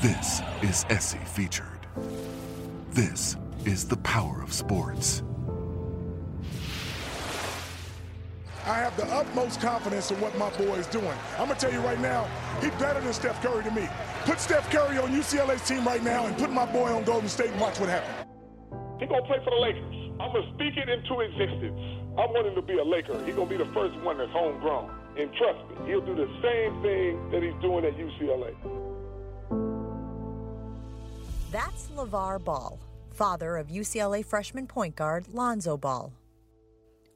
This is Essie Featured. This is the power of sports. I have the utmost confidence in what my boy is doing. I'm gonna tell you right now, he's better than Steph Curry to me. Put Steph Curry on UCLA's team right now and put my boy on Golden State and watch what happens. He gonna play for the Lakers. I'm gonna speak it into existence. I want him to be a Laker. He gonna be the first one that's homegrown. And trust me, he'll do the same thing that he's doing at UCLA. That's LeVar Ball, father of UCLA freshman point guard Lonzo Ball.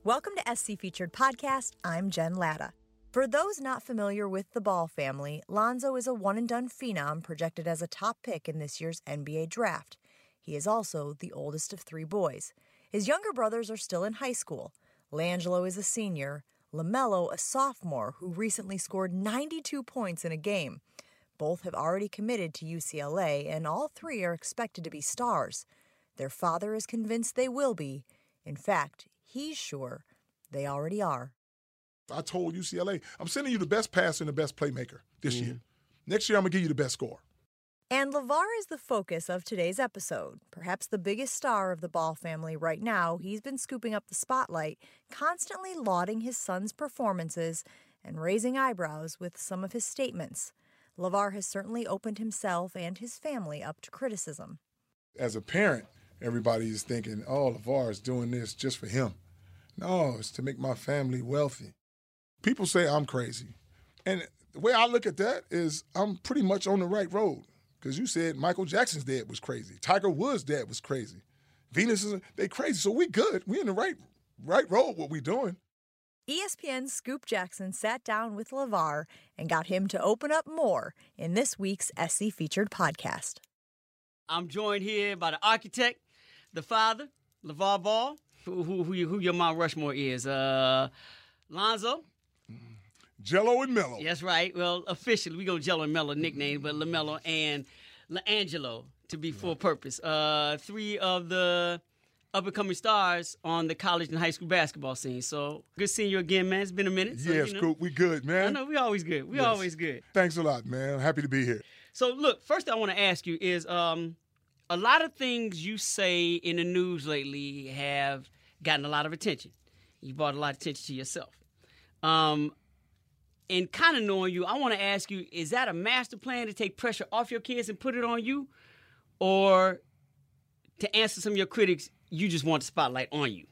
Welcome to SC Featured Podcast. I'm Jen Latta. For those not familiar with the Ball family, Lonzo is a one and done phenom projected as a top pick in this year's NBA draft. He is also the oldest of three boys. His younger brothers are still in high school. Langelo is a senior, LaMelo a sophomore who recently scored 92 points in a game. Both have already committed to UCLA, and all three are expected to be stars. Their father is convinced they will be. In fact, he's sure they already are. I told UCLA, I'm sending you the best passer and the best playmaker this year. Next year, I'm gonna give you the best score. And LeVar is the focus of today's episode. Perhaps the biggest star of the Ball family right now, he's been scooping up the spotlight, constantly lauding his son's performances and raising eyebrows with some of his statements. LeVar has certainly opened himself and his family up to criticism. As a parent, everybody is thinking, oh, LeVar is doing this just for him. No, it's to make my family wealthy. People say I'm crazy. And the way I look at that is I'm pretty much on the right road. Because you said Michael Jackson's dad was crazy. Tiger Woods' dad was crazy. Venus is they crazy. So we good. We in the right right road what we doing. E ESPN's Scoop Jackson sat down with LeVar and got him to open up more in this week's SC Featured podcast. I'm joined here by the architect, the father, LeVar Ball, who, who, who, you- who your Mount Rushmore is. Uh, Lonzo. Jello and Mello. That's right. Well, officially, we're going to Jello and Mello nickname, but LaMelo and LaAngelo to be full purpose. Uh, three of the up and coming stars on the college and high school basketball scene. So good seeing you again, man. It's been a minute. So, yeah, you know, Scoop, we good, I man. know we always good. We Yes. always good. Thanks a lot, man. Happy to be here. So look, first I want to ask you is um a lot of things you say in the news lately have gotten a lot of attention. You brought a lot of attention to yourself. Um and kind of knowing you, I want to ask you, is that a master plan to take pressure off your kids and put it on you? Or to answer some of your critics, you just want the spotlight on you?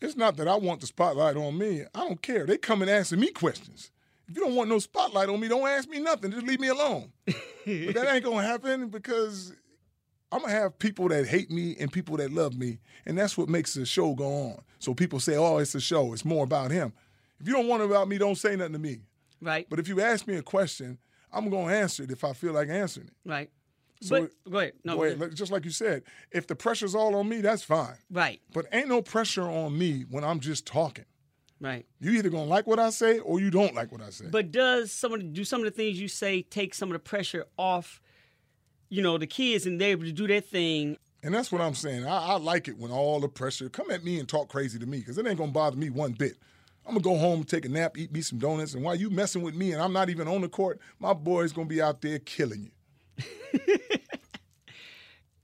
It's not that I want the spotlight on me. I don't care. They come and asking me questions. If you don't want no spotlight on me, don't ask me nothing. Just leave me alone. but that ain't gonna happen because I'm gonna have people that hate me and people that love me, and that's what makes the show go on. So people say, "Oh, it's a show. It's more about him." If you don't want it about me, don't say nothing to me. Right? But if you ask me a question, I'm gonna answer it if I feel like answering it. right. So- but go ahead. No, Wait, like- just like you said, if the pressure's all on me, that's fine. right, But ain't no pressure on me when I'm just talking. right. You either gonna like what I say or you don't like what I say. But does some of the, do some of the things you say take some of the pressure off, you know, the kids and they're able to do their thing? and that's what I'm saying. I, I like it when all the pressure come at me and talk crazy to me because it ain't gonna bother me one bit. I'm gonna go home, take a nap, eat me some donuts, and while you messing with me and I'm not even on the court, my boy's gonna be out there killing you.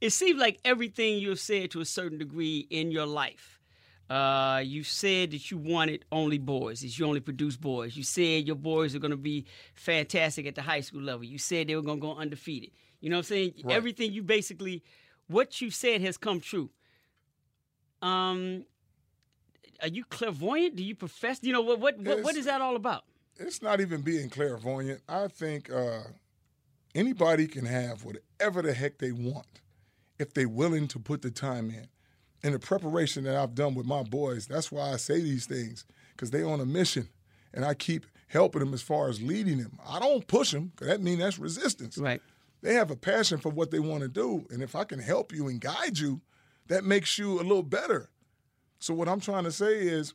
It seems like everything you have said to a certain degree in your life. Uh, you said that you wanted only boys, that you only produce boys. You said your boys are going to be fantastic at the high school level. You said they were going to go undefeated. You know what I'm saying? Everything you basically, what you said has come true. Um, are you clairvoyant? Do you profess? You know what? What? What, what Yes. is that all about? It's not even being clairvoyant. I think uh, anybody can have whatever the heck they want if they're willing to put the time in. And the preparation that I've done with my boys, that's why I say these things because they on a mission, and I keep helping them as far as leading them. I don't push them because that means that's resistance. Right. They have a passion for what they want to do, and if I can help you and guide you, that makes you a little better. So what I'm trying to say is,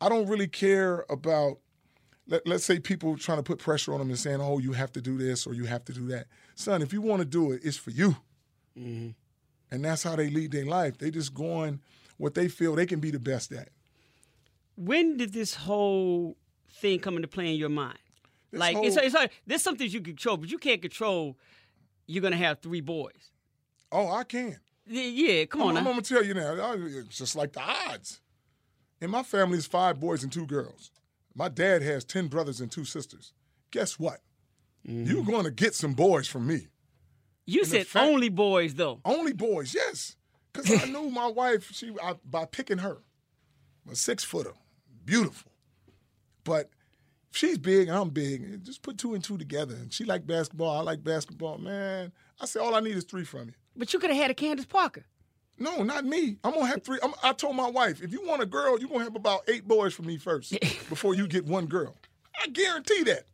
I don't really care about let, let's say people trying to put pressure on them and saying, oh, you have to do this or you have to do that. Son, if you want to do it, it's for you. And that's how they lead their life. They just going what they feel they can be the best at. when did this whole thing come into play in your mind? like, it's, whole- it's like there's some things you can control, but you can't control you're going to have three boys. Oh, I can. Y- Yeah, come on I'm, now. going to tell you now. I- It's just like the odds. In my family, it's five boys and two girls. My dad has 10 brothers and two sisters. Guess what? Mm-hmm. You're going to get some boys from me. You said fact- only boys, though. Only boys, yes. Because I knew my wife, she I, by picking her, a six footer, beautiful. But she's big and I'm big. and Just put two and two together. And she like basketball, I like basketball. Man, I said, all I need is three from you. But you could have had a Candace Parker. No, not me. I'm gonna have three. I'm, I told my wife, if you want a girl, you're gonna have about eight boys from me first before you get one girl. I guarantee that.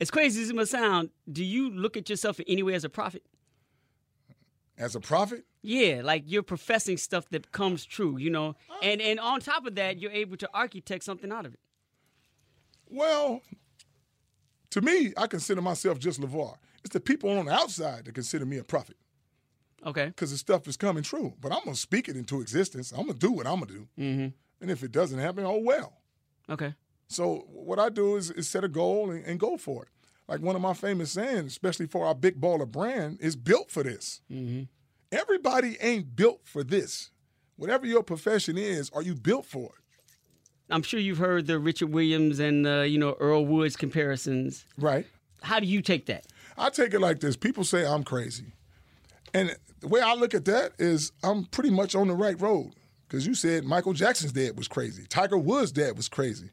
As crazy as it must sound, do you look at yourself in any way as a prophet? As a prophet, Yeah, like you're professing stuff that comes true, you know. And and on top of that, you're able to architect something out of it. well, to me, I consider myself just LeVar. It's the people on the outside that consider me a prophet Okay. because the stuff is coming true. But I'm gonna speak it into existence. I'm gonna do what I'm gonna do. And if it doesn't happen, oh well. Okay. So what I do is, is set a goal and, and go for it. Like one of my famous sayings, especially for our big baller brand, is built for this. Everybody ain't built for this. Whatever your profession is, are you built for it? I'm sure you've heard the Richard Williams and uh, you know Earl Woods comparisons. Right. How do you take that? I take it like this. People say I'm crazy. And the way I look at that is I'm pretty much on the right road. Because you said Michael Jackson's dad was crazy. Tiger Woods' dad was crazy.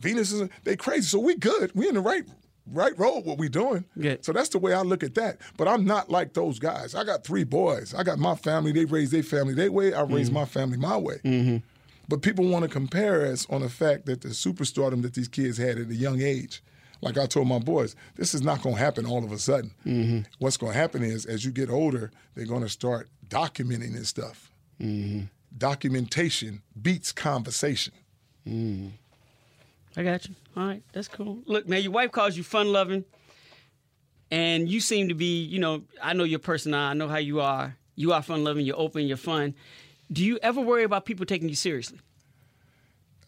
Venus is they crazy. So we good. We in the right right road what we doing. Good. So that's the way I look at that. But I'm not like those guys. I got three boys. I got my family. They raise their family their way. I raise my family my way. But people want to compare us on the fact that the superstardom that these kids had at a young age. Like I told my boys, this is not going to happen all of a sudden. What's going to happen is, as you get older, they're going to start documenting this stuff. Documentation beats conversation. I got you. All right, that's cool. Look, man, your wife calls you fun loving, and you seem to be, you know, I know your personality, I know how you are. You are fun loving, you're open, you're fun. Do you ever worry about people taking you seriously?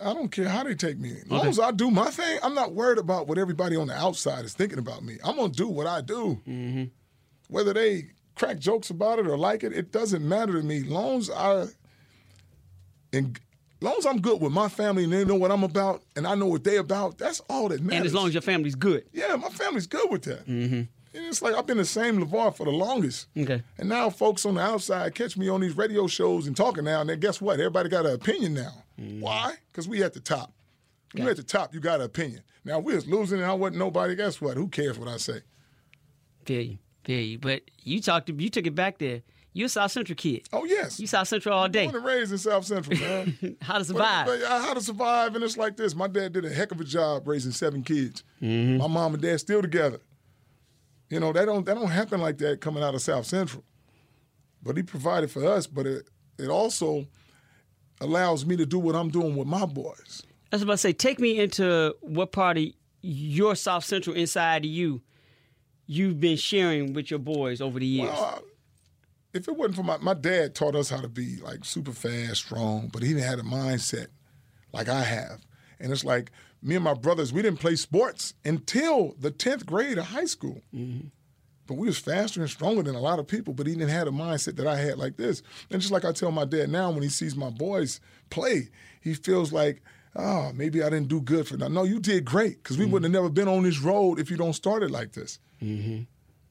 I don't care how they take me. As long as I do my thing, I'm not worried about what everybody on the outside is thinking about me. I'm gonna do what I do. Mm-hmm. Whether they crack jokes about it or like it, it doesn't matter to me. Long as I, and long as I'm good with my family and they know what I'm about and I know what they about, that's all that matters. And as long as your family's good. yeah, my family's good with that. And it's like I've been the same LeVar for the longest. Mm-hmm. Okay. And now folks on the outside catch me on these radio shows and talking now, and then guess what? Everybody got an opinion now. Mm. Why? Because we at the top. You at the top, you got an opinion. Now if we was losing and I wasn't nobody, guess what? Who cares what I say? Feel you. Feel you. But you talked to, you took it back there. You're a South Central kid. Oh yes. You South Central all day. born and raised in South Central, man. How to But- survive. But, uh, how to survive, and it's like this. My dad did a heck of a job raising seven kids. My mom and dad still together. You know that don't that don't happen like that coming out of South Central. But he provided for us. But it it also allows me to do what I'm doing with my boys. I was about to say, take me into what part of your South Central inside of you you've been sharing with your boys over the years. Well, if it wasn't for my my dad taught us how to be like super fast, strong, but he didn't have a mindset like I have. And it's like me and my brothers, we didn't play sports until the tenth grade of high school. But we was faster and stronger than a lot of people. But he didn't have a mindset that I had like this. And just like I tell my dad now, when he sees my boys play, he feels like, oh, maybe I didn't do good for now. No, you did great because we wouldn't have never been on this road if you don't start it like this.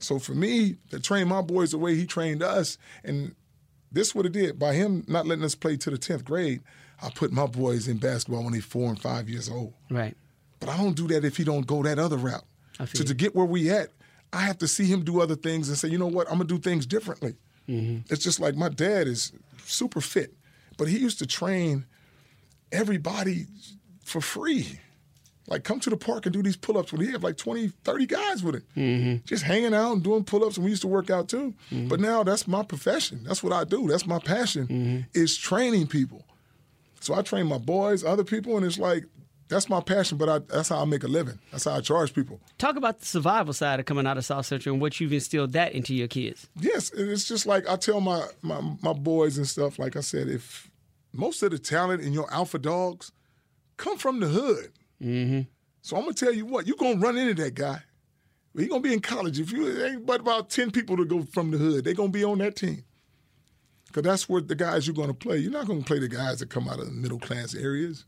So for me, to train my boys the way he trained us, and this what it did by him not letting us play to the tenth grade. I put my boys in basketball when they four and five years old. right. But I don't do that if he don't go that other route. I feel So to get where we at, I have to see him do other things and say, you know what, I'm gonna do things differently. Mm-hmm. It's just like my dad is super fit, but he used to train everybody for free. Like come to the park and do these pull-ups when he had like 20, 30 guys with him. Mm-hmm. Just hanging out and doing pull-ups and we used to work out too. But now that's my profession. That's what I do. That's my passion Mm-hmm. is training people. So I train my boys, other people, and it's like that's my passion. But I, that's how I make a living. That's how I charge people. Talk about the survival side of coming out of South Central and what you've instilled that into your kids. Yes, and it's just like I tell my, my my boys and stuff. Like I said, if most of the talent in your alpha dogs come from the hood, mm-hmm. so I'm gonna tell you what you're gonna run into that guy. But he's gonna be in college. If you it ain't but about ten people to go from the hood, they're gonna be on that team. Cause that's where the guys you're gonna play. You're not gonna play the guys that come out of the middle class areas.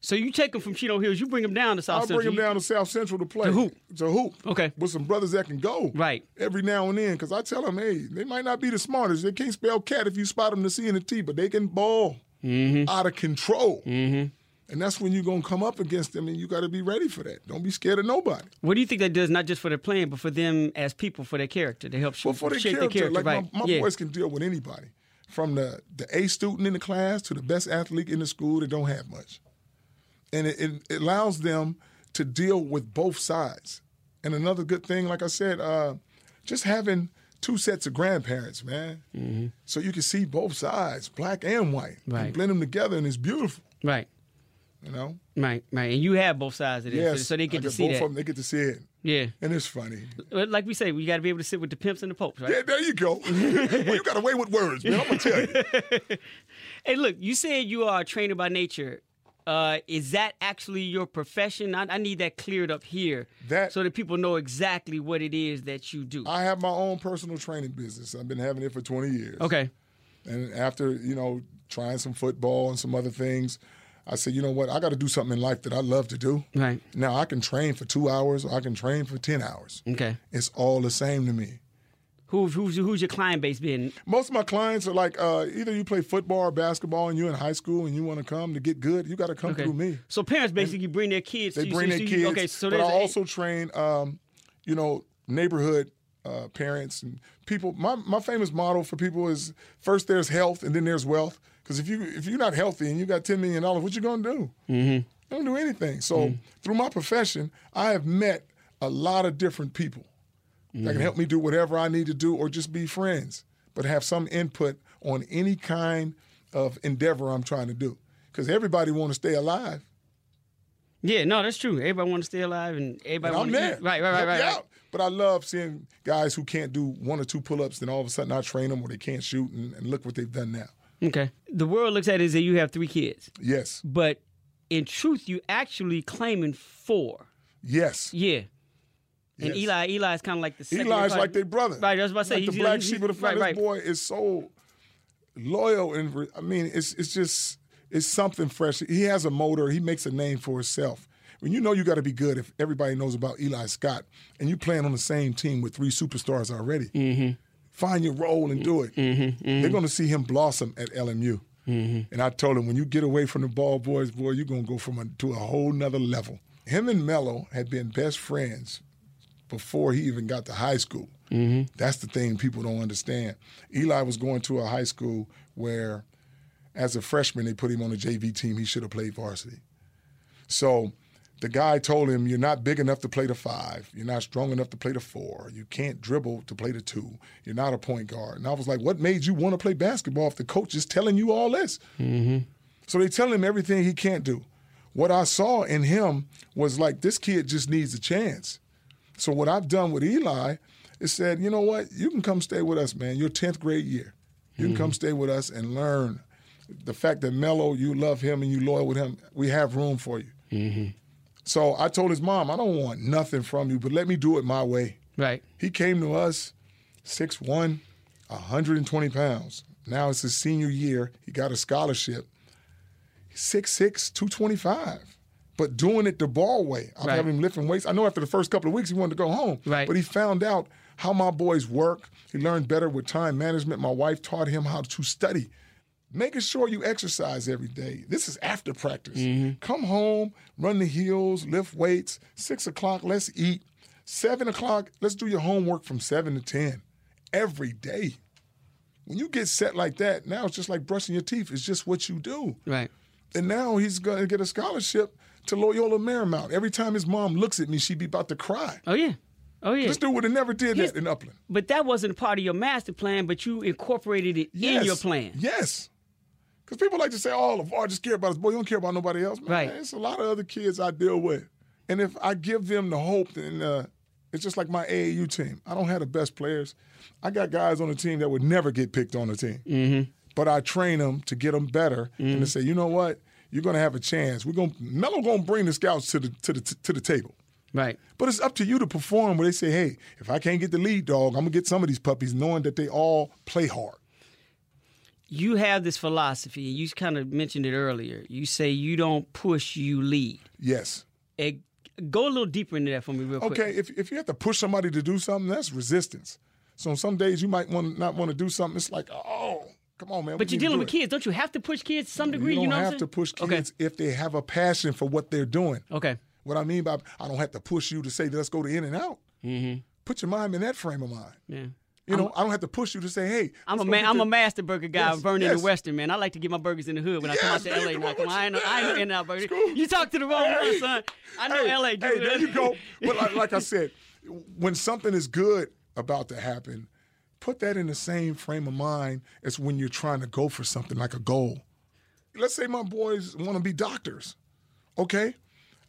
So you take them from Chino Hills, you bring them down to South I'll Central. bring them You- down to South Central to play. To hoop. To hoop. Okay. With some brothers that can go. Right. Every now and then, because I tell them, hey, they might not be the smartest. They can't spell cat if you spot them the C and the T, but they can ball Mm-hmm. out of control. Mm-hmm. And that's when you're going to come up against them, and you got to be ready for that. Don't be scared of nobody. What do you think that does, not just for their playing, but for them as people, for their character, to help But for their shape character, their character? like right. my, my yeah. boys can deal with anybody, from the the A student in the class to the best athlete in the school that don't have much, and it, it, it allows them to deal with both sides. And another good thing, like I said, uh, just having two sets of grandparents, man, so you can see both sides, black and white, Mm-hmm. Right. and blend them together, and it's beautiful, right, you know. right, right. And you have both sides of this, so- Yes, so they I get to got see both that. of them. They get to see it, Yeah. and it's funny. Well, Like we say, we got to be able to sit with the pimps and the popes, right? Yeah, there you go. well, you got away with words, man. I'm gonna tell you. Hey, look, you said you are a trainer by nature. Uh, is that actually your profession? I, I need that cleared up here, That- so that people know exactly what it is that you do. I have my own personal training business. I've been having it for 20 years. okay, And after, you know, trying some football and some other things, I said, you know what? I got to do something in life that I love to do. right, Now, I can train for two hours or I can train for 10 hours. okay. It's all the same to me. Who, who's who's your client base been? Most of my clients are like, uh, either you play football or basketball and you're in high school and you want to come to get good, you got to come Okay. through me. So parents basically bring their kids. They to you, bring so their you- kids. Okay, so but I there's a- also train, um, you know, neighborhood uh, parents and people. My my famous model for people is first there's health and then there's wealth. Because if you if you're not healthy and you got ten million dollars, what you gonna do? Mm-hmm. Don't do anything. So through my profession, I have met a lot of different people that can help me do whatever I need to do, or just be friends, but have some input on any kind of endeavor I'm trying to do. Because everybody want to stay alive. yeah, no, that's true. Everybody want to stay alive, and And everybody I'm want there. to right, right, right, Help right, you right. out. But I love seeing guys who can't do one or two pull ups, then all of a sudden I train them or they can't shoot, and, and look what they've done now. Okay. The world looks at it as that you have three kids, Yes, but in truth, you actually claiming four. yes. Yeah. And Yes. Eli, Eli is kind of like the second Eli's part- like their brother. Right, that's what I say. Like the He's- black he's- sheep of the right, family. right. This boy is so loyal and re- I mean, it's it's just it's something fresh. He has a motor. He makes a name for himself. When you know you got to be good, if everybody knows about Eli Scott, and you playing on the same team with three superstars already, find your role and do it. They're going to see him blossom at LMU. And I told him, when you get away from the ball boys, boy, you're going to go from a, to a whole nother level. Him and Mello had been best friends before he even got to high school. That's the thing people don't understand. Eli was going to a high school where, as a freshman, they put him on a JV team. He should have played varsity. So the guy told him, You're not big enough to play the five. You're not strong enough to play the four. You can't dribble to play the two. You're not a point guard. And I was like, What made you want to play basketball if the coach is telling you all this? So they tell him everything he can't do. What I saw in him was like, This kid just needs a chance. So what I've done with Eli is said, you know what? You can come stay with us, man. Your 10th grade year. You can come stay with us and learn. The fact that Mello, you love him and you loyal with him, we have room for you. So I told his mom, I don't want nothing from you, but let me do it my way. Right. He came to us 6'1, 120 pounds. Now it's his senior year. He got a scholarship. 6'6, 225. But doing it the ball way. I'm Right. having him lifting weights. I know after the first couple of weeks he wanted to go home. Right. But he found out how my boys work. He learned better with time management. My wife taught him how to study. Making sure you exercise every day. This is after practice. Come home, run the hills, lift weights. Six o'clock, let's eat. Seven o'clock, let's do your homework from seven to 10 every day. When you get set like that, now it's just like brushing your teeth. It's just what you do. Right. And now he's going to get a scholarship to Loyola Marymount. Every time his mom looks at me, she be about to cry. Oh yeah. Oh yeah. This dude would have never did that in Upland. But that wasn't part of your master plan, but you incorporated it in your plan. Yes. Because people like to say, oh, LeVar just care about his boy. You don't care about nobody else. Man, Right. It's a lot of other kids I deal with. And if I give them the hope, then uh, it's just like my AAU team. I don't have the best players. I got guys on the team that would never get picked on the team. Mm-hmm. But I train them to get them better and Mm-hmm. to say, you know what? You're going to have a chance. We're going to Melo going to bring the scouts to the to the to the table. Right. But it's up to you to perform where they say, hey, if I can't get the lead dog, I'm going to get some of these puppies, knowing that they all play hard. You have this philosophy, and you kind of mentioned it earlier. You say you don't push, you lead. Yes. Eh, go a little deeper into that for me, real quick. Okay, if, if you have to push somebody to do something, that's resistance. So some days you might want not want to do something. It's like, oh, come on, man. But we need you're to dealing do with it. kids, don't you have to push kids to some degree? You You, don't know what I'm have to saying? push kids if they have a passion for what they're doing. Okay. Okay. What I mean by I don't have to push you to say let's go to In and Out. Mm-hmm. Put your mind in that frame of mind. Yeah. You know, I don't have to push you to say, hey, I'm a let's go man. get I'm the- a master burger guy, Yes, Vernon yes. the Western man. I like to get my burgers in the hood when I come out Yes, to baby, come LA. Now, on, come on, what I you- know, I know Hey, in out burger. school. You talk to the wrong Hey, one, son. I know hey, LA. Hey, give it there up. you go. But like, like I said, when something is good about to happen, put that in the same frame of mind as when you're trying to go for something like a goal. Let's say my boys want to be doctors. Okay,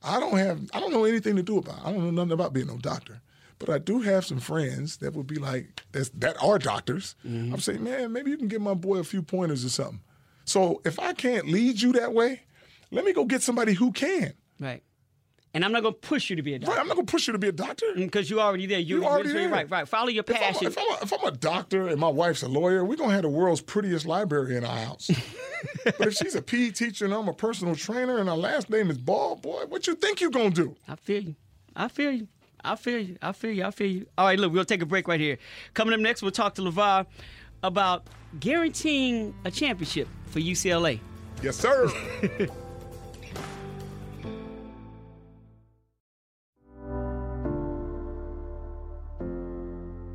I don't have I don't know anything to do about. It. I don't know nothing about being no doctor. But I do have some friends that would be like that's, that are doctors. Mm-hmm. I'm saying, man, maybe you can give my boy a few pointers or something. So if I can't lead you that way, let me go get somebody who can. Right. And I'm not gonna push you to be a Right, doctor I'm not gonna push you to be a doctor. because you're already there. You, You already you're- there. Right. Right. Follow your If I'm, a, Mm, passion. if, I'm a, if I'm a doctor and my wife's a lawyer, we're gonna have the world's prettiest library in our house. but if she's a PE teacher and I'm a personal trainer and our last name is Ball, boy, what you think you gonna do? I feel you. I feel you. I feel you. I feel you. I feel you. All right, look, we'll take a break right here. Coming up next, we'll talk to LeVar about guaranteeing a championship for UCLA. Yes, sir.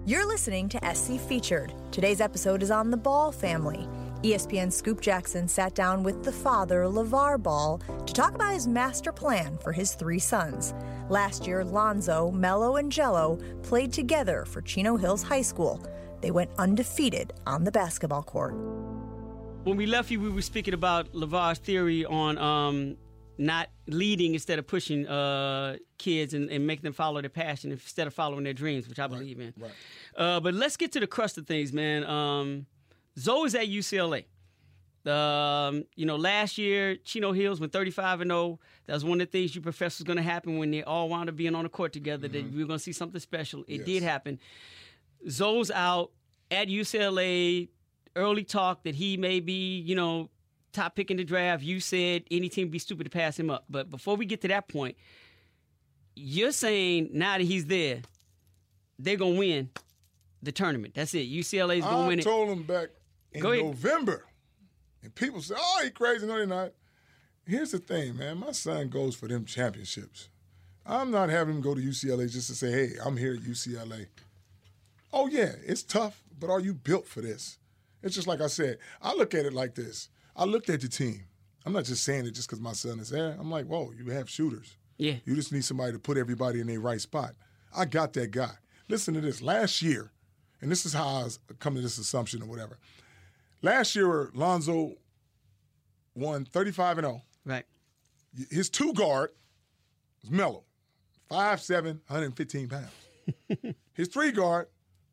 You're listening to SC Featured. Today's episode is on the Ball family. E ESPN's Scoop Jackson sat down with the father, LeVar Ball, to talk about his master plan for his three sons. Last year, Lonzo, Mello, and Jello played together for Chino Hills High School. They went undefeated on the basketball court. When we left you, we were speaking about LeVar's theory on um, not leading instead of pushing uh, kids and, and making them follow their passion instead of following their dreams, which I believe in. Right. Uh, but let's get to the crust of things, man. Um, Zoe is at UCLA. Um, you know, last year Chino Hills went 35 and 0. That was one of the things you professed was going to happen when they all wound up being on the court together. That we were going to see something special. It did happen. Zoe's out at UCLA. Early talk that he may be, you know, top pick in the draft. You said any team would be stupid to pass him up. But before we get to that point, you're saying now that he's there, they're gonna win the tournament. That's it. UCLA's gonna I win it. told him back in Go ahead. November, and people said, "Oh, he crazy." No, they're not. Here's the thing, man. My son goes for them championships. I'm not having him go to UCLA just to say, "Hey, I'm here at UCLA." Oh yeah, it's tough, but are you built for this? It's just like I said. I look at it like this. I looked at the team. I'm not just saying it just because my son is there. I'm like, whoa, you have shooters. Yeah. You just need somebody to put everybody in their right spot. I got that guy. Listen to this. Last year, and this is how I was- come to this assumption or whatever. Last year, Lonzo won 35 and oh. 0. Right. His two guard was Mello, 5'7, 115 pounds. his three guard,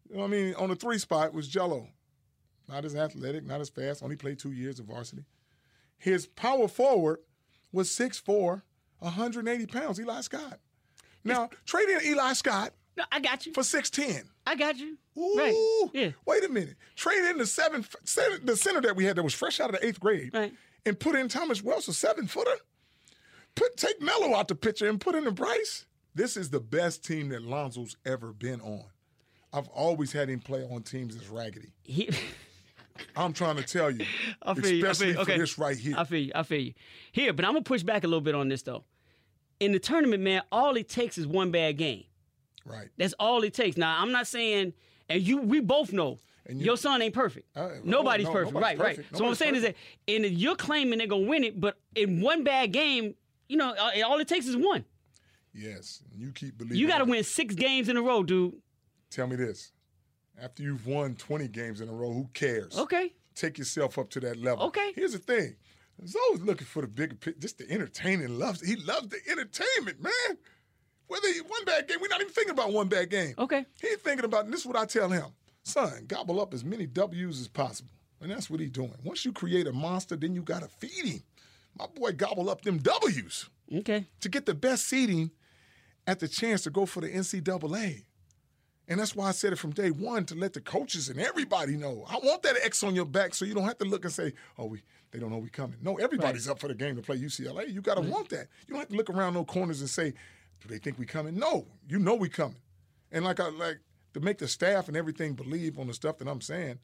you know what I mean, on the three spot was Jello. Not as athletic, not as fast, only played two years of varsity. His power forward was 6'4, 180 pounds, Eli Scott. Now, trade in Eli Scott No, I got you. for 6'10. I got you. Ooh, Right. Yeah. wait a minute. Trade in the seven, seven, the center that we had that was fresh out of the eighth grade, Right. and put in Thomas Welsh, a seven footer. Put take Mello out the picture and put in the Bryce. This is the best team that Lonzo's ever been on. I've always had him play on teams that's raggedy. He- I'm trying to tell you, I feel you. I feel especially you. Okay. for this right here. I feel you. I feel you. Here, but I'm gonna push back a little bit on this though. In the tournament, man, all it takes is one bad game. right. That's all it takes. Now, I'm not saying, and you, we both know. you- your son ain't perfect. Uh, no, nobody's no, perfect. nobody's right, perfect. right. So what I'm Nobody's saying is that, and you're claiming they're gonna win it, but in one bad game, you know, uh, all it takes is one. Yes. And you keep believing. You got to that. win six games in a row, dude. Tell me this. After you've won 20 games in a row, who cares? Okay. take yourself up to that level. Okay. Here's the thing. He's always looking for the bigger picture, just the entertaining loves. He loves the entertainment, man. Whether he one bad game, we're not even thinking about one bad game. Okay. He's thinking about, and this is what I tell him. Son, gobble up as many W's as possible. And that's what he's doing. Once you create a monster, then you gotta feed him. My boy gobble up them W's Okay. to get the best seeding at the chance to go for the NCAA. And that's why I said it from day one to let the coaches and everybody know. I want that X on your back so you don't have to look and say, oh, we they don't know we coming. No, everybody's up for the game to play UCLA. You gotta want that. You don't have to look around no corners and say, do they think we coming? No, you know we coming. And like I like to make the staff and everything believe on the stuff that I'm saying,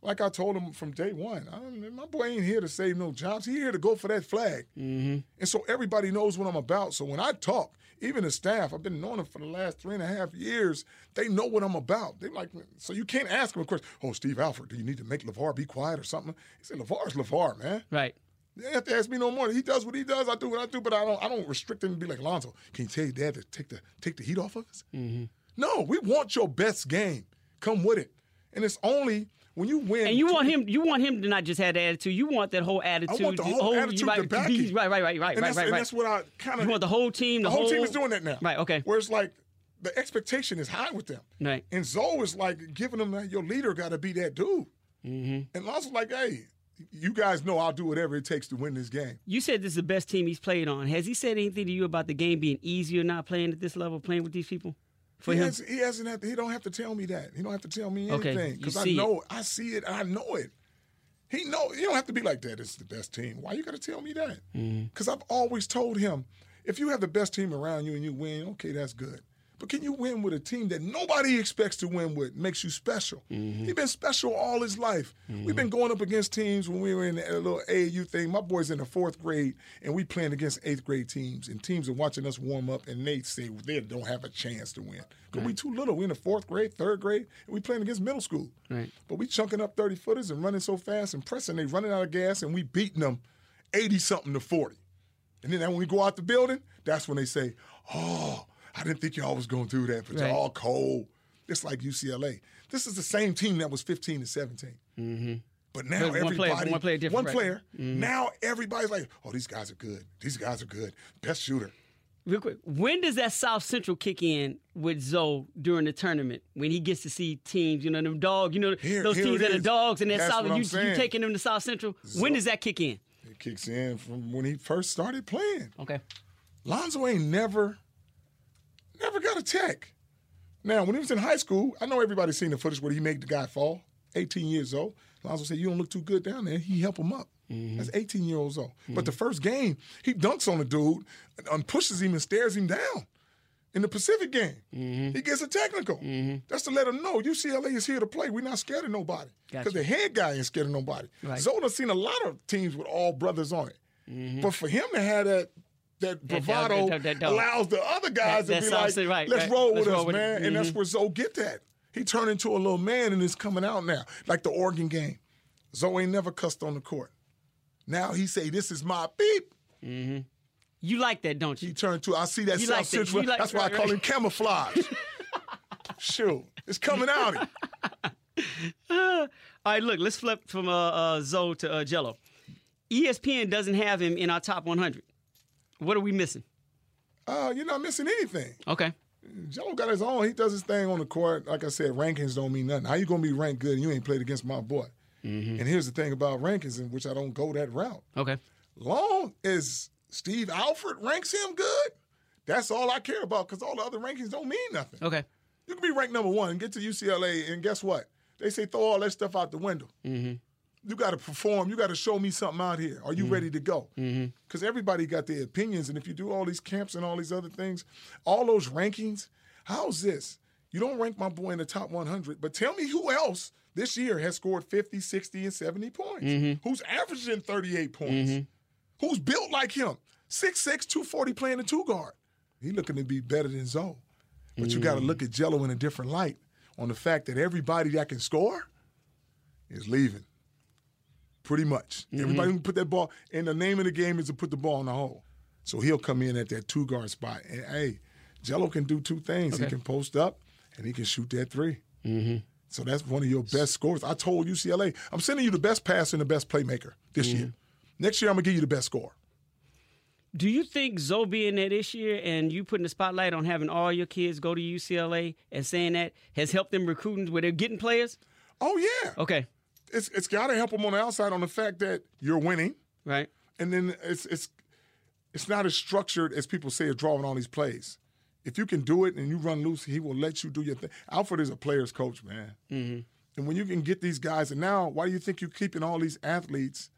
like I told him from day one, I don't- my boy ain't here to save no jobs. He here to go for that flag. And so everybody knows what I'm about. So when I talk, even the staff, I've been knowing them for the last three and a half years. They know what I'm about. They like, so you can't ask them, of course, oh, Steve Alford, do you need to make LeVar be quiet or something? He said, LeVar's LeVar, man. Right. They have to ask me no more. He does what he does. I do what I do, but I don't. I don't restrict him to be like Lonzo. Can you tell your dad to take the take the heat off of us? Mm-hmm. No, we want your best game. Come with it, and it's only when you win. And you want him. You want him to not just have the attitude. You want that whole attitude. I want the whole attitude you to right, back be- it. right, right, right, right, and right, that's, right, and right. that's what I kind of. you want the whole team. The, the whole team is doing that now. Right. Okay. Where it's like the expectation is high with them. Right. And Zoe is like giving them that your leader got to be that dude. Mm-hmm. And Lonzo's like, hey, you guys know I'll do whatever it takes to win this game. You said this is the best team he's played on. Has he said anything to you about the game being easier not playing at this level, playing with these people? For he him, Has, he hasn't. Have to, he don't have to tell me that. He don't have to tell me Okay, anything you because I see it. know. I see it. and I know it. He know. You don't have to be like that. It's the best team. Why you got to tell me that? Mm-hmm. Because I've always told him, if you have the best team around you and you win, okay, that's good. But can you win with a team that nobody expects to win with? Makes you special. Mm-hmm. He's been special all his life. We've been going up against teams when we were in a little AAU thing. My boys in the fourth grade, and we playing against eighth grade teams, and teams are watching us warm up, and they say they don't have a chance to win because we too little. We in the fourth grade, third grade, and we playing against middle school. Right. But we chunking up thirty footers and running so fast and pressing, they running out of gas, and we beating them eighty something to forty. And then when we go out the building, that's when they say, "Oh, I didn't think y'all was gonna do that, but Right. y'all cold." It's like UCLA. This is the same team that was 15 and 17. But now One player- everybody, one player different, one right. Mm-hmm. player. Now everybody's like, "Oh, these guys are good. These guys are good. Best shooter." real quick, when does that South Central kick in with Zoe during the tournament? When he gets to see teams, you know, them dogs, you know, Here- those here teams it that are is. dogs, and that That's South, what I'm you, you saying. taking them to South Central. when does that kick in? It kicks in from when he first started playing. Okay. Lonzo ain't never, never got a tech. Now, when he was in high school, I know everybody's seen the footage where he made the guy fall. 18 years old. Lonzo said, "You don't look too good down there." He help him up. Mm-hmm. That's 18 year olds old. But the first game, he dunks on the dude, and- and pushes him and stares him down. In the Pacific game, Mm-hmm. he gets a technical. That's to let him know UCLA is here to play. We're not scared of nobody because Gotcha. the head guy ain't scared of nobody. Right. Zola's seen a lot of teams with all brothers on it, but for him to have that that Mm-hmm. that- bravado that- that dog. allows the other guys That- to that sounds be like, right, let's right. roll Let's with roll us, with it." Mm-hmm. man. And that's where Zoe get that. He turned into a little man and it's coming out now, like the Oregon game. Zoe ain't never cussed on the court. Now he say, this is my beep. You like that, don't He you? turned to, I see that You South like that. You Central. like- that's why I right, call right. him camouflage. Shoot, it's coming out. of him. All right, look, let's flip from uh, uh, Zoe to uh, Jello. E ESPN doesn't have him in our top 100. What are we missing? Uh, you're not missing anything. Okay. Jello got his own. He does his thing on the court. Like I said, rankings don't mean nothing. How you gonna be ranked good and you ain't played against my boy? And here's the thing about rankings, in which I don't go that route. Okay. Long as Steve Alford ranks him good, that's all I care about because all the other rankings don't mean nothing. Okay. You can be ranked number one and get to UCLA, and guess what? They say throw all that stuff out the window. You got to perform. You got to show me something out here. Are you ready to go? Because everybody got their opinions, and if you do all these camps and all these other things, all those rankings, how's this? You don't rank my boy in the top 100, but tell me who else this year has scored 50, 60, and 70 points? Who's averaging 38 points? Who's built like him? 6'6, 240 playing the two guard. He looking to be better than Zoe. But you got to look at Jello in a different light on the fact that everybody that can score is leaving. Pretty much. Everybody who can put that ball, and the name of the game is to put the ball in the hole. So he'll come in at that two guard spot. And hey, Jello can do two things he can post up and he can shoot that 3 Mm-hmm. So that's one of your best scores. I told UCLA, I'm sending you the best passer and the best playmaker this year. Next year, I'm going to give you the best score. Do you think Zoe being there this year and you putting the spotlight on having all your kids go to UCLA and saying that has helped them recruiting where they're getting players? Oh, yeah. Okay. It's, it's got to help him on the outside on the fact that you're winning. Right. and then it's it's it's not as structured as people say of drawing all these plays. If you can do it and you run loose, he will let you do your thing. Alfred is a player's coach, man. And when you can get these guys, and now why do you think you're keeping all these athletes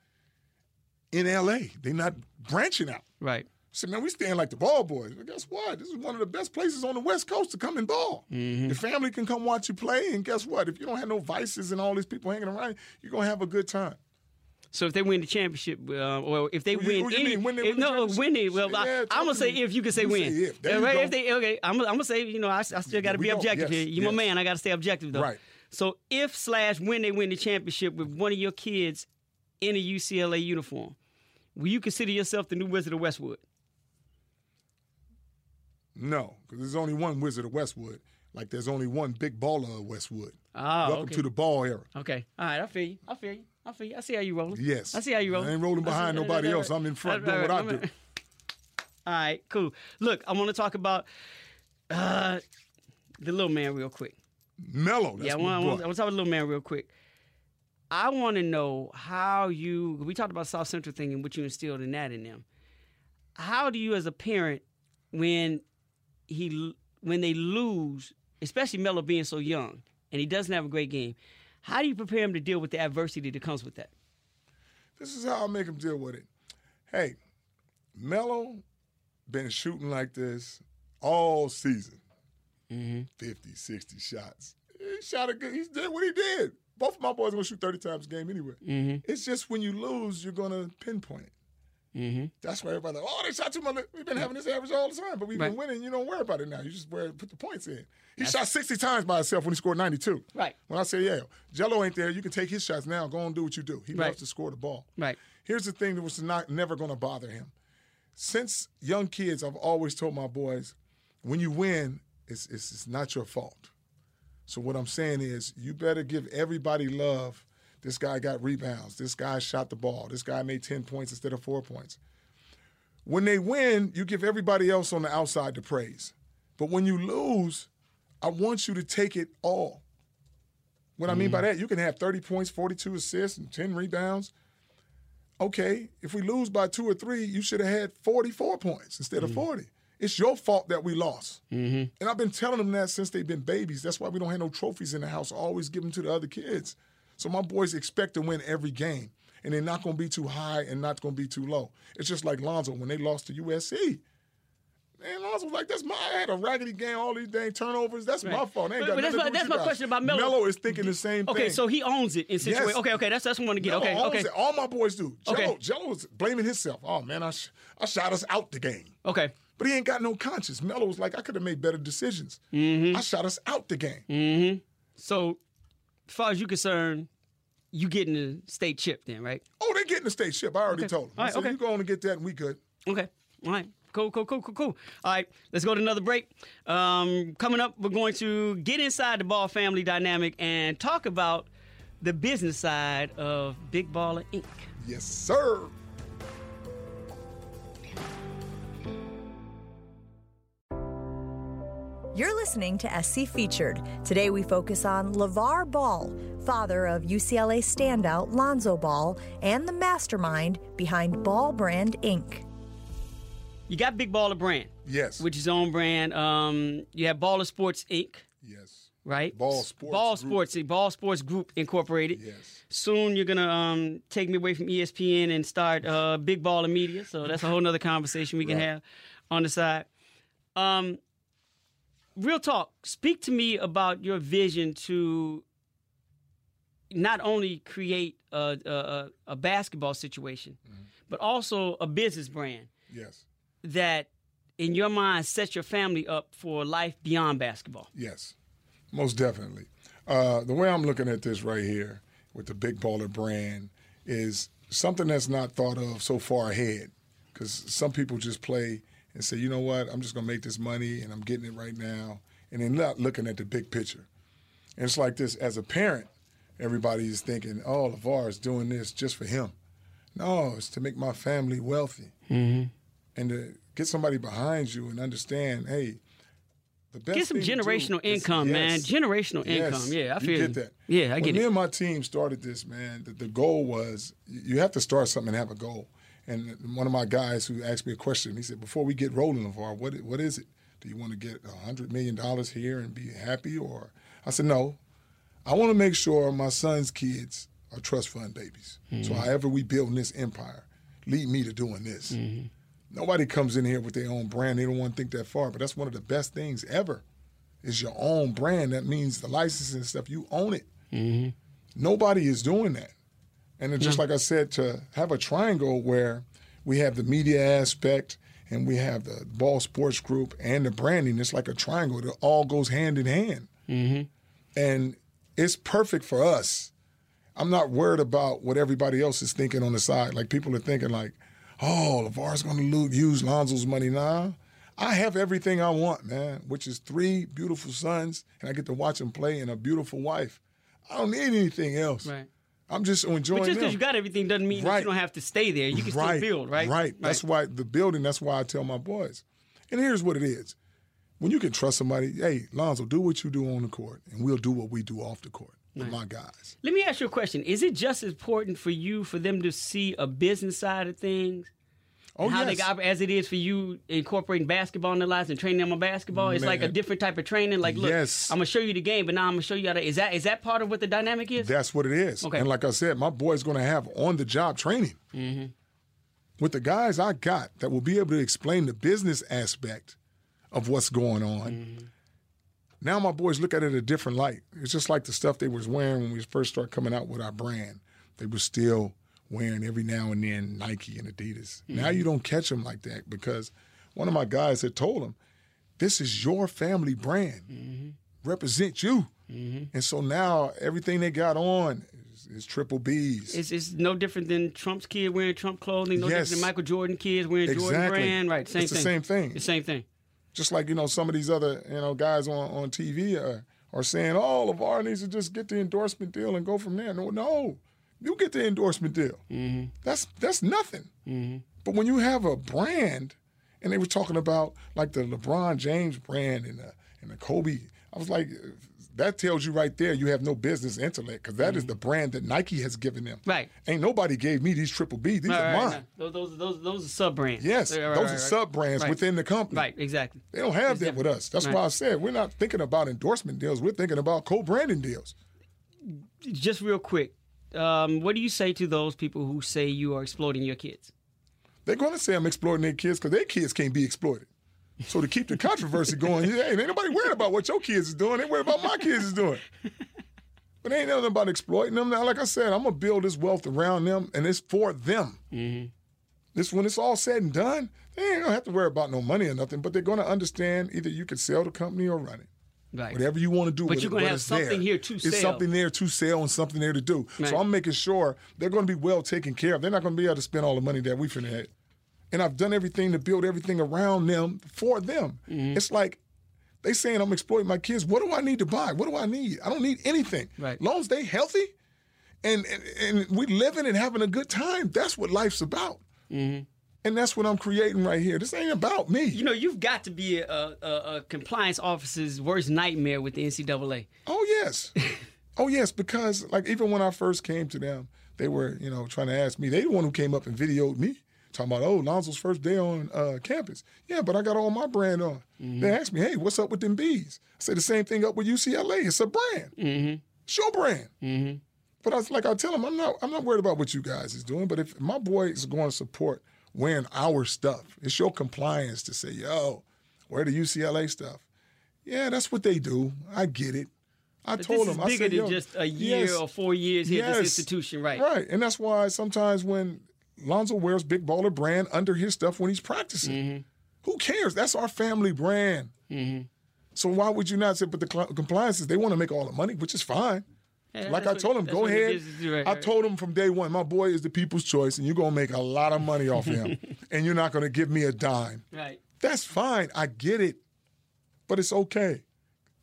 in LA? They're not branching out. Right. So man, we staying like the ball boys. But guess what? This is one of the best places on the West Coast to come and ball. Your family can come watch you play, and guess what? If you don't have no vices and all these people hanging around, you, you're gonna have a good time. So if they win the championship, uh, or if they Who you- win who you any, mean, when they if- win the no, championship? win it. Well, Yeah, I, am talk gonna to say me. if you can say You win. say if. There Yeah, you right, go. if they okay, I'm, I'm gonna say you know I, I still got to We be go. objective Yes, here. You yes. my man. I got to stay objective though. Right. So if slash when they win the championship with one of your kids in a UCLA uniform, will you consider yourself the new Wizard of Westwood? No, because there's only one Wizard of Westwood. Like there's only one big baller of Westwood. Ah, Welcome okay. to the ball era. Okay. All right. I feel you. I feel you. I feel you. I see how you rolling. Yes. I see how you I rolling. ain't rolling see- behind nobody else. I'm in front doing what I do. All right. Cool. Look, I want to talk about uh, the little man real quick. Mellow. That's yeah. I my want, I, want, boy. I want to talk about the little man real quick. I want to know how you. We talked about South Central thing and what you instilled in that in them. How do you, as a parent, when he when they lose, especially Melo being so young and he doesn't have a great game, how do you prepare him to deal with the adversity that comes with that? This is how I make him deal with it. Hey, Mello been shooting like this all season. Mm-hmm. 50, 60 shots. He shot a good, he did what he did. Both of my boys are gonna shoot 30 times a game anyway. Mm-hmm. It's just when you lose, you're gonna pinpoint it. Mm-hmm. That's why everybody like, oh, they shot too much. We've been having this average all the time, but we've been Right. winning. You don't worry about it now. You just worry, put the points in. He shot 60 times by himself when he scored 92. Right. When I say, yeah, Jello ain't there, you can take his shots now. Go on and do what you do. He Right. loves to score the ball. Right. Here's the thing that was not never going to bother him. Since young kids, I've always told my boys, when you win, it's, it's, it's not your fault. So what I'm saying is, you better give everybody love. This guy got rebounds. This guy shot the ball. This guy made 10 points instead of four points. When they win, you give everybody else on the outside the praise. But when you lose, I want you to take it all. What I mean Mm. by that, you can have 30 points, 42 assists, and 10 rebounds. Okay, if we lose by two or three, you should have had 44 points instead Mm. of 40. It's your fault that we lost. Mm-hmm. And I've been telling them that since they've been babies. That's why we don't have no trophies in the house. I always give them to the other kids. So my boys expect to win every game. And they're not going to be too high and not going to be too low. It's just like Lonzo when they lost to USC. Man, Lonzo was like, that's my, I had a raggedy game, all these dang turnovers. That's my Right. fault. They ain't But- got but that's nothing to do my- with that's you my guys." question about Melo. Melo is thinking the same thing. Okay, so he owns it in situation. Yes. Okay, okay, that's that's what I want to get. No, okay, Holmes okay, said, All my boys do. Jello, Okay. Jello's blaming himself. Oh man, I, sh- I shot us out the game. okay. But he ain't got no conscience. Melo was like, I could have made better decisions. Mm-hmm. I shot us out the game. So, as far as you're concerned, you getting the state chip then, right? Oh, they getting the state ship. I already Okay. told him. All I right, said, okay. you go on and get that, and we good. Okay. All right. Cool, cool, cool, cool, cool. All right, let's go to another break. Um, coming up, we're going to get inside the ball family dynamic and talk about the business side of Big Baller Inc. Yes, sir. You're listening to SC Featured. Today we focus on LeVar Ball, father of UCLA standout Lonzo Ball, and the mastermind behind Ball Brand Inc. You got Big Baller Brand, Yes. which is own brand. Um, you have Baller Sports Inc. yes. right? Ball Sports Ball Group. Sports, Ball Sports Group Incorporated. Yes. Soon you're gonna um, take me away from ESPN and start uh, Big Ball and Media. So that's a whole nother conversation we can have on the side. Um, real talk. Speak to me about your vision to not only create a, a, a- a basketball situation, but also a business brand Yes. that, in your mind, sets your family up for life beyond basketball. Yes, most definitely. Uh, the way I'm looking at this right here with the big baller brand is something that's not thought of so far ahead because some people just play and say, you know what, I'm just going to make this money and I'm getting it right now. And they're not looking at the big picture. And it's like this as a parent, everybody is thinking, oh, LeVar is doing this just for him. No, it's to make my family wealthy. And to get somebody behind you and understand, hey, the best Get some thing to do generational is- income, man. yes. Generational Yes, income. Yeah, I you feel get you. that. Yeah, I when get me it. and my team started this, man, the, the goal was y- you have to start something and have a goal. And one of my guys who asked me a question, he said, "Before we get rolling, Lavar, what i- what is it Do you want to get $100 million here and be happy? Or I said, no. I want to make sure my son's kids are trust fund babies. Hmm. So however we build this empire, lead me to doing this. Hmm. Nobody comes in here with their own brand. They don't want to think that far, but that's one of the best things ever is your own brand. That means the licensing and stuff, you own it. Nobody is doing that. And it's just like I said, to have a triangle where we have the media aspect and we have the ball sports group and the branding, it's like a triangle that all goes hand in hand. And it's perfect for us. I'm not worried about what everybody else is thinking on the side. Like people are thinking like, oh, LeVar's going to loot, use Lonzo's money. Nah, I have everything I want, man, which is three beautiful sons, and I get to watch them play and a beautiful wife. I don't need anything else. Right. I'm just enjoying But just them. because you got everything doesn't mean that Right. you don't have to stay there. You can still build, right? Right. That's why the building, that's why I tell my boys. And here's what it is. When you can trust somebody, hey, Lonzo, do what you do on the court, and we'll do what we do off the court with my guys. Let me ask you a question. Is it just as important for you for them to see a business side of things? Oh, how they yes. got as it is for you incorporating basketball in their lives and training them on basketball. It's like a Man. different type of training. Like, look, Yes. I'm gonna show you the game, but now I'm gonna show you how to. Is that is that part of what the dynamic is? That's what it is. Okay. And like I said, my boy's going to have on the job training Mm-hmm. with the guys I got that will be able to explain the business aspect of what's going on. Mm-hmm. Now my boys look at it a different light. It's just like the stuff they was wearing when we first started coming out with our brand. They were still wearing every now and then Nike and Adidas. Mm-hmm. Now you don't catch them like that because one of my guys had told them, "This is your family brand. Mm-hmm. Represent you." And so now everything they got on is, is triple B's. It's, it's no different than Trump's kid wearing Trump clothing. No different Yes. than Michael Jordan kids wearing Jordan Exactly. brand. Right, same It's the thing. same thing. The same thing. just like you know some of these other you know guys on, on TV are, are saying, "Oh, Levar needs to just get the endorsement deal and go from there." No, no, you get the endorsement deal. Mm-hmm. That's that's nothing. But when you have a brand, and they were talking about like the LeBron James brand and the and the Kobe, I was like, that tells you right there you have no business intellect because that is the brand that Nike has given them. Mm-hmm. Right. Ain't nobody gave me these triple B. These All are right, mine. no, Those, those those those are sub brands. Yes, those are sub brands Right. within the company. Right, exactly. They don't have that with us. That's Right. why I said we're not thinking about endorsement deals. We're thinking about co-branding deals. Just real quick, um, what do you say to those people who say you are exploiting your kids? They're going to say I'm exploiting their kids because their kids can't be exploited. So to keep the controversy going, yeah, ain't nobody worried about what your kids is doing. They worried about my kids is doing. But ain't nothing about exploiting them. Now, like I said, I'm gonna build this wealth around them, and it's for them. Mm-hmm. This when it's all said and done, they ain't gonna have to worry about no money or nothing. But they're gonna understand either you can sell the company or run it. Right. whatever you want to do. But with it, you're gonna but have it's something there. here to It's sell. something there to sell and something there to do. Right. So I'm making sure they're going to be well taken care of. They're not going to be able to spend all the money that we finna have. And I've done everything to build everything around them for them. Mm-hmm. It's like they saying I'm exploiting my kids. What do I need to buy? What do I need? I don't need anything. Right. Long as they healthy and, and and we living and having a good time. That's what life's about. Mm-hmm. And that's what I'm creating right here. This ain't about me. You know, you've got to be a, a, a compliance officer's worst nightmare with the NCAA. Oh yes, oh yes, because like even when I first came to them, they were you know trying to ask me. They the one who came up and videoed me talking about oh Lonzo's first day on uh, campus. Yeah, but I got all my brand on. They asked me, hey, what's up with them bees? I said the same thing up with UCLA. It's a brand. Mm-hmm. It's your brand. Mm-hmm. But I was like, I tell them, I'm not, I'm not worried about what you guys is doing. But if my boy is going to support wearing our stuff, it's your compliance to say, yo, wear the UCLA stuff. Yeah, that's what they do. I get it. I But told this them. is I bigger said, than "Yo, just a year yes, or four years here at Yes. this institution, right? Right. And that's why sometimes when Lonzo wears Big Baller brand under his stuff when he's practicing, Mm-hmm. who cares? That's our family brand. So why would you not say, but the cl- compliances, they want to make all the money, which is fine. Yeah, like that's I what- told him, that's go what it ahead. is, right, I right. told him from day one, my boy is the people's choice, and you're going to make a lot of money off him, and you're not going to give me a dime. Right. That's fine. I get it. But it's okay.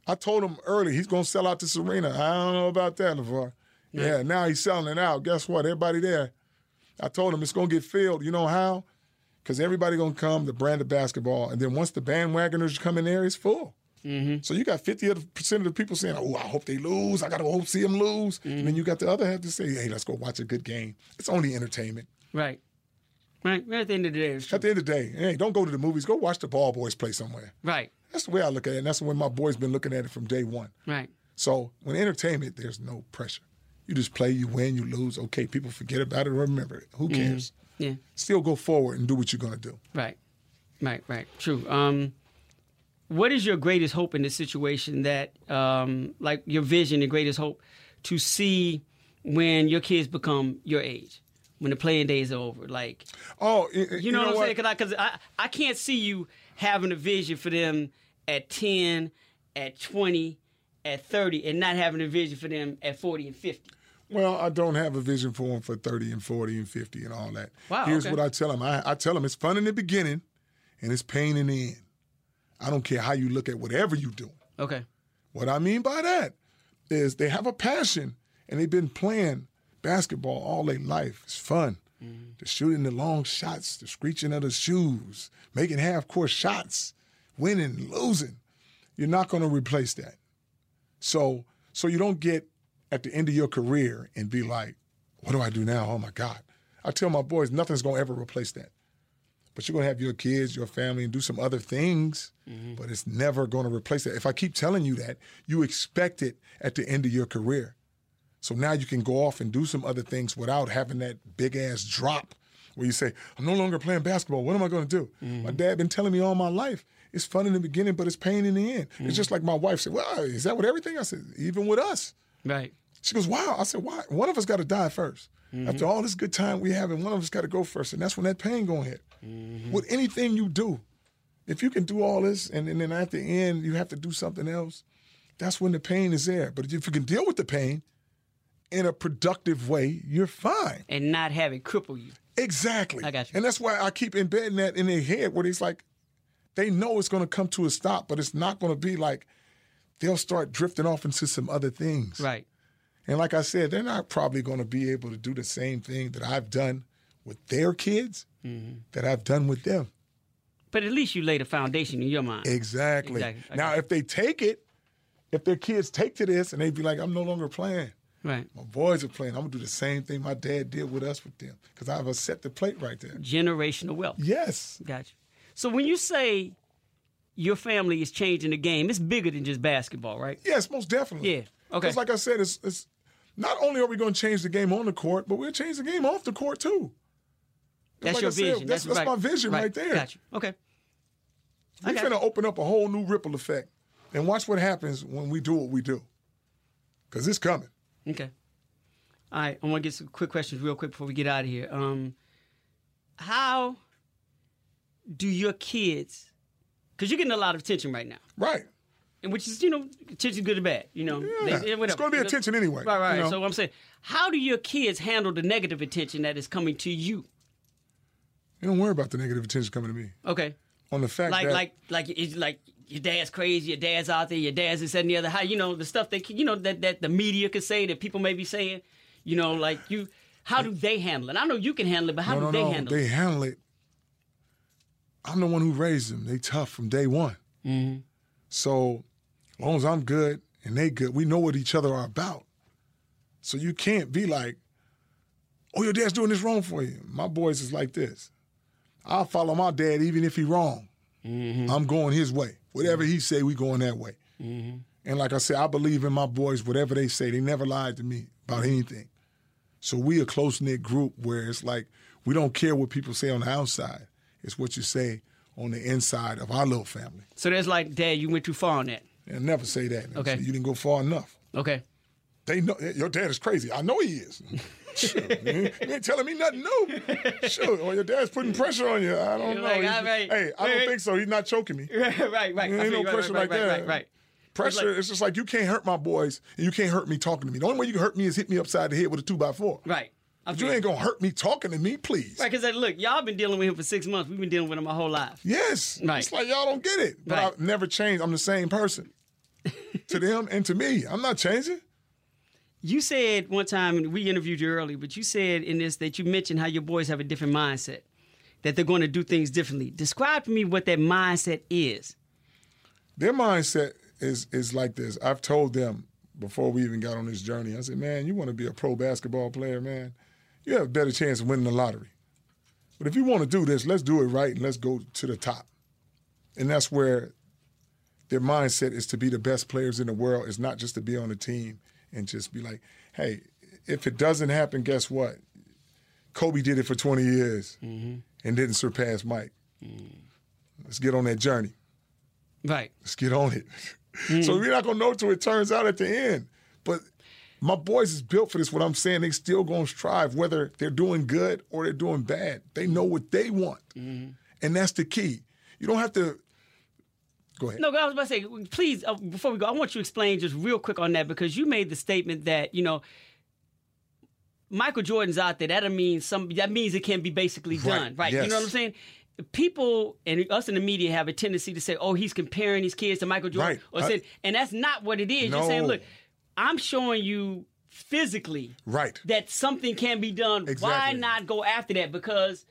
I told him early he's gonna sell out to Serena. I don't know about that, LeVar. Yeah, now he's selling it out. Guess what? Everybody there. I told him it's gonna get filled. You know how? Because everybody gonna come, the brand of basketball, and then once the bandwagoners come in there, it's full. So you got 50 other percent of the people saying, "Oh, I hope they lose. I gotta hope see them lose." And then you got the other half to say, "Hey, let's go watch a good game. It's only entertainment." Right. Right. Right. At the end of the day, it's true. At the end of the day, hey, don't go to the movies. Go watch the ball boys play somewhere. Right. That's the way I look at it, and that's the way my boys been looking at it from day one. Right. So when entertainment, there's no pressure. You just play, you win, you lose. Okay, people forget about it, remember it. Who cares? Yeah. Still go forward and do what you're gonna do. Right. Right. Right. True. Um, what is your greatest hope in this situation? That um, like your vision and greatest hope to see when your kids become your age, when the playing days are over. Like Oh, y- y- you know, what I'm saying? what? Because I, 'cause I, I can't see you having a vision for them at 10, at 20, at 30, and not having a vision for them at 40 and 50. Well, I don't have a vision for them for 30 and 40 and 50 and all that. Wow, Here's okay. what I tell them I, I tell them it's fun in the beginning and it's pain in the end. I don't care how you look at whatever you do. Okay. What I mean by that is they have a passion and they've been playing basketball all their life. It's fun. The shooting the long shots, the screeching of the shoes, making half court shots, winning, losing. You're not going to replace that. So, so you don't get at the end of your career and be like, what do I do now? Oh my God. I tell my boys, nothing's going to ever replace that. But you're going to have your kids, your family, and do some other things, but it's never going to replace that. If I keep telling you that, you expect it at the end of your career. So now you can go off and do some other things without having that big ass drop where you say, I'm no longer playing basketball. What am I going to do? My dad been telling me all my life. It's fun in the beginning, but it's pain in the end. It's just like my wife said, Well, is that with everything? I said, Even with us. Right. She goes, Wow. I said, Why? One of us got to die 1st Mm-hmm. After all this good time we having, one of us got to go first. And that's when that pain going to hit. Mm-hmm. With anything you do, if you can do all this and, and then at the end you have to do something else, that's when the pain is there. But if you can deal with the pain in a productive way, you're fine. And not have it cripple you. Exactly. I got you. And that's why I keep embedding that in their head where it's like, they know it's going to come to a stop, but it's not going to be like they'll start drifting off into some other things. Right. And like I said, they're not probably going to be able to do the same thing that I've done with their kids Mm-hmm. that I've done with them. But at least you laid a foundation in your mind. Exactly. Exactly. I Now, got if they take it, if their kids take to this and they be like, I'm no longer playing, Right. my boys are playing, I'm going to do the same thing my dad did with us with them because I've set the plate right there. Generational wealth. Yes. Gotcha. So when you say your family is changing the game, it's bigger than just basketball, right? Yes, most definitely. Yeah. Okay. Because, like I said, it's, it's not only are we going to change the game on the court, but we'll change the game off the court too. That's like your I said, vision. that's- that's my vision right there. Gotcha. Okay. We're got you. going to open up a whole new ripple effect. And watch what happens when we do what we do. Because it's coming. Okay. All right. I want to get some quick questions real quick before we get out of here. Um, how do your kids? Because you're getting a lot of attention right now, Right. and which is you know attention good or bad. You know, Yeah. they- whatever. It's going to be attention anyway. Right, right. you know? So I'm saying, how do your kids handle the negative attention that is coming to you? You don't worry about the negative attention coming to me. Okay. On the fact Like, that. like, like, it's like your dad's crazy. Your dad's out there. Your dad's this that, and the other. How you know the stuff that you know that that the media could say that people may be saying. You know, like you. How do they handle it? I know you can handle it, but how no, no, do they no. handle it? They handle it. I'm the one who raised them. They tough from day one. Mm-hmm. So as long as I'm good and they good, we know what each other are about. So you can't be like, oh, your dad's doing this wrong for you. My boys is like this. I'll follow my dad even if he wrong. Mm-hmm. I'm going his way. Whatever he say, we going that way. Mm-hmm. And like I said, I believe in my boys. Whatever they say, they never lied to me about anything. So we a close knit group where it's like we don't care what people say on the outside. It's what you say on the inside of our little family. So there's like, Dad, you went too far on that. And never say that. They'll Okay. say, you didn't go far enough. Okay. They know eh, your dad is crazy. I know he is. sure, man. You ain't telling me nothing new. Sure, or your dad's putting pressure on you. I don't You're know. like, He- all right. Hey, I Hey. don't think so. He's not choking me. right, right. I Ain't feel no you. Right, pressure right, like right, that. Right, right. Pressure. like- it's just like you can't hurt my boys, and you can't hurt me talking to me. The only way you can hurt me is hit me upside the head with a two by four. Right. I But you feel ain't gonna hurt me talking to me, please. Right, because look, y'all been dealing with him for six months. We've been dealing with him our whole life. Yes. Right. It's like y'all don't get it. But Right. I've never changed. I'm the same person. to them and to me. I'm not changing. You said one time, and we interviewed you early, but you said in this that you mentioned how your boys have a different mindset, that they're going to do things differently. Describe to me what that mindset is. Their mindset is is like this. I've told them before we even got on this journey, I said, man, you want to be a pro basketball player, man, you have a better chance of winning the lottery. But if you want to do this, let's do it right and let's go to the top. And that's where their mindset is to be the best players in the world. It's not just to be on a team and just be like, hey, if it doesn't happen, guess what? Kobe did it for 20 years and didn't surpass Mike. Let's get on that journey. Right. Let's get on it. So Mm. we're not gonna know till it turns out at the end. But my boys is built for this. What I'm saying, they still gonna strive, whether they're doing good or they're doing bad. They know what they want, Mm-hmm. and that's the key. You don't have to. Go ahead. No, I was about to say, please, uh, before we go, I want you to explain just real quick on that because you made the statement that, you know, Michael Jordan's out there. That means some. That means it can be basically done, right? You yes. know what I'm saying? People and us in the media have a tendency to say, "Oh, he's comparing his kids to Michael Jordan," Right. or I- said, and that's not what it is. You're saying, No. "Look, I'm showing you physically Right. that something can be done. Why Exactly. not go after that? Because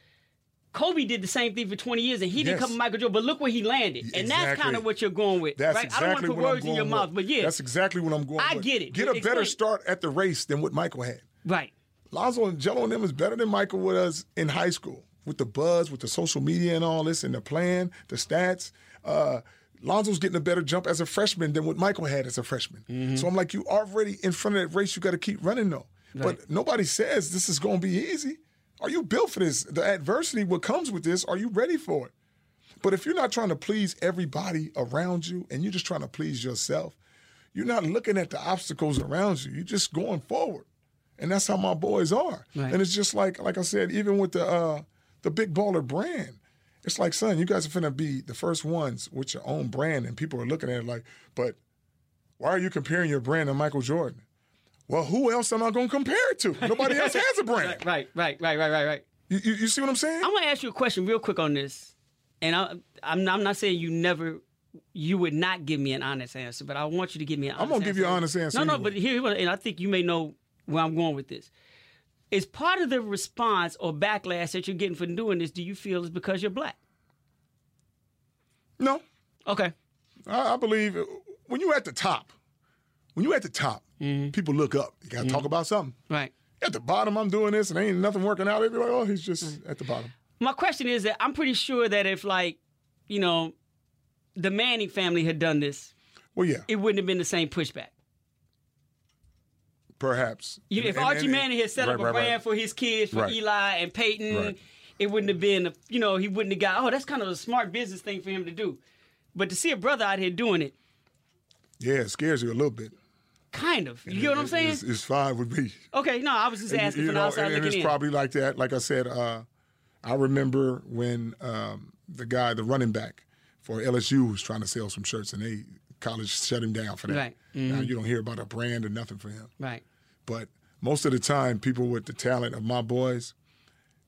Kobe did the same thing for 20 years, and he didn't Yes. come Michael Jordan. But look where he landed, and that's Exactly. kind of what you're going with, That's right? exactly I don't want to put what I'm words in your going mouth, with. but yeah, that's exactly what I'm going. I with. get it. Get a Explain. better start at the race than what Michael had. right. Lonzo and Jello and them is better than Michael was in high school with the buzz, with the social media and all this, and the plan, the stats. Uh, Lonzo's getting a better jump as a freshman than what Michael had as a freshman. So I'm like, you already in front of that race. You got to keep running though. But nobody says this is going to be easy. Are you built for this? The adversity, what comes with this, are you ready for it? But if you're not trying to please everybody around you and you're just trying to please yourself, you're not looking at the obstacles around you. You're just going forward. And that's how my boys are. Right. And it's just like, like I said, even with the uh, the big baller brand, it's like, son, you guys are finna be the first ones with your own brand, and people are looking at it like, but why are you comparing your brand to Michael Jordan? Well, who else am I gonna compare it to? Nobody else has a brand. Right, right, right, right, right, right. You, you, you see what I'm saying? I'm gonna ask you a question real quick on this, and I, I'm not, I'm not saying you never, you would not give me an honest answer, but I want you to give me an. honest gonna give you an honest answer No, no, anyway. but here, and I think you may know where I'm going with this. Is part of the response or backlash that you're getting for doing this? Do you feel is because you're black? no, Okay, I, I believe when you at the top, when you at the top, Mm-hmm. people look up. You gotta talk about something. right. At the bottom, I'm doing this, and ain't nothing working out. They'd be like, oh, he's just at the bottom. My question is that I'm pretty sure that if like, you know, the Manning family had done this, Well, yeah, it wouldn't have been the same pushback. perhaps. You, if And- and- Archie and- Manning had set right, up a right, right. brand for his kids, for Right. Eli and Peyton, Right. it wouldn't have been, a, you know, he wouldn't have got, oh, that's kind of a smart business thing for him to do. But to see a brother out here doing it, Yeah, it scares you a little bit. kind of. You get what I'm saying? It's, it's fine with me. okay, no, I was just And, asking you from the know, outside and, and looking it's in. probably like that. Like I said, uh, I remember when um, the guy, the running back for LSU, was trying to sell some shirts, and they college shut him down for that. Right. Mm-hmm. Now you don't hear about a brand or nothing for him. right. But most of the time, people with the talent of my boys,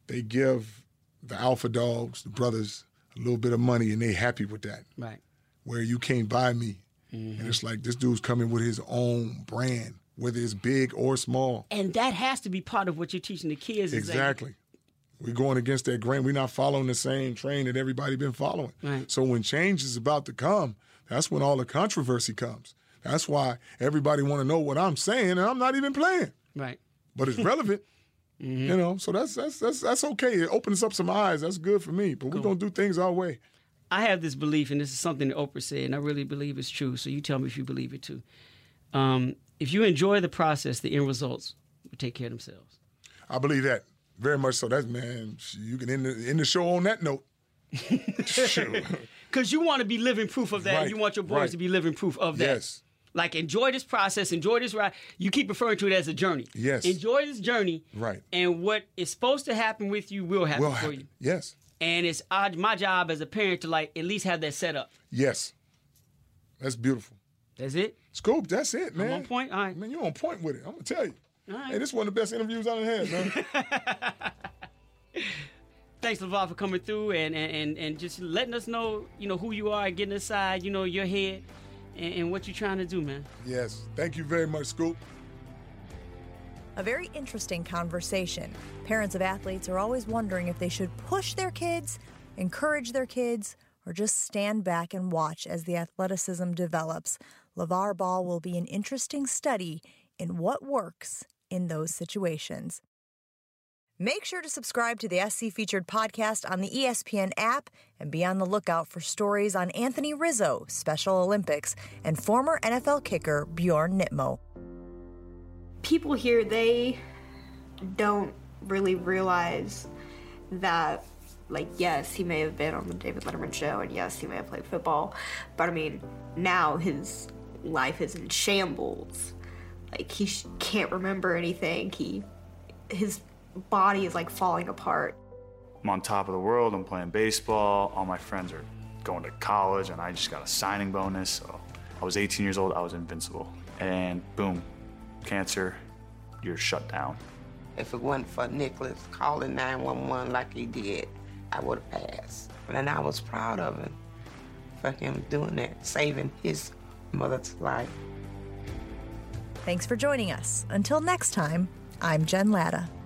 they give the alpha dogs, the brothers, a little bit of money, and they happy with that. Right. Where you can't buy me, and it's like this dude's coming with his own brand, whether it's big or small. And that has to be part of what you're teaching the kids. is that- Exactly. We're going against that grain. We're not following the same train that everybody been following. Right. So when change is about to come, that's when all the controversy comes. That's why everybody want to know what I'm saying, and I'm not even playing right. but it's relevant. Mm-hmm. You know, so that's that's that's that's okay. It opens up some eyes. That's good for me. But we're gonna do things our way. I have this belief, and this is something that Oprah said, and I really believe it's true. So you tell me if you believe it too. Um, if you enjoy the process, the end results will take care of themselves. I believe that very much. So that's man, you can end the, end the show on that note. Shoot. Because you want to be living proof of that. and Right, You want your boys right. to be living proof of that. Yes. Like enjoy this process, enjoy this ride. You keep referring to it as a journey. Yes. Enjoy this journey. Right. And what is supposed to happen with you will happen Will for happen. you. Yes, And it's our- my job as a parent to like at least have that set up. yes, that's beautiful. That's it. Scoop, that's it, man. on point? All right. man, you're on point with it. I'm gonna tell you. right. Hey, this is one of the best interviews I've had, man. Thanks, LeVar, for coming through and, and, and, and just letting us know, you know, who you are and getting inside, you know, your head and, and what you're trying to do, man. yes, thank you very much, Scoop. A very interesting conversation. Parents of athletes are always wondering if they should push their kids, encourage their kids, or just stand back and watch as the athleticism develops. LeVar Ball will be an interesting study in what works in those situations. Make sure to subscribe to the SC Featured podcast on the E ESPN app and be on the lookout for stories on Anthony Rizzo, Special Olympics, and former NFL kicker Bjorn Nitmo. people here they don't really realize that like yes he may have been on the david letterman show and yes he may have played football but i mean now his life is in shambles like he sh- can't remember anything he his body is like falling apart I'm on top of the world. I'm playing baseball. All my friends are going to college, and I just got a signing bonus. So I was 18 years old. I was invincible. And boom, cancer, you're shut down. If it wasn't for Nicholas calling 911 like he did, I would have passed. And I was proud of him for him doing that, saving his mother's life. Thanks for joining us. Until next time, I'm Jen Latta.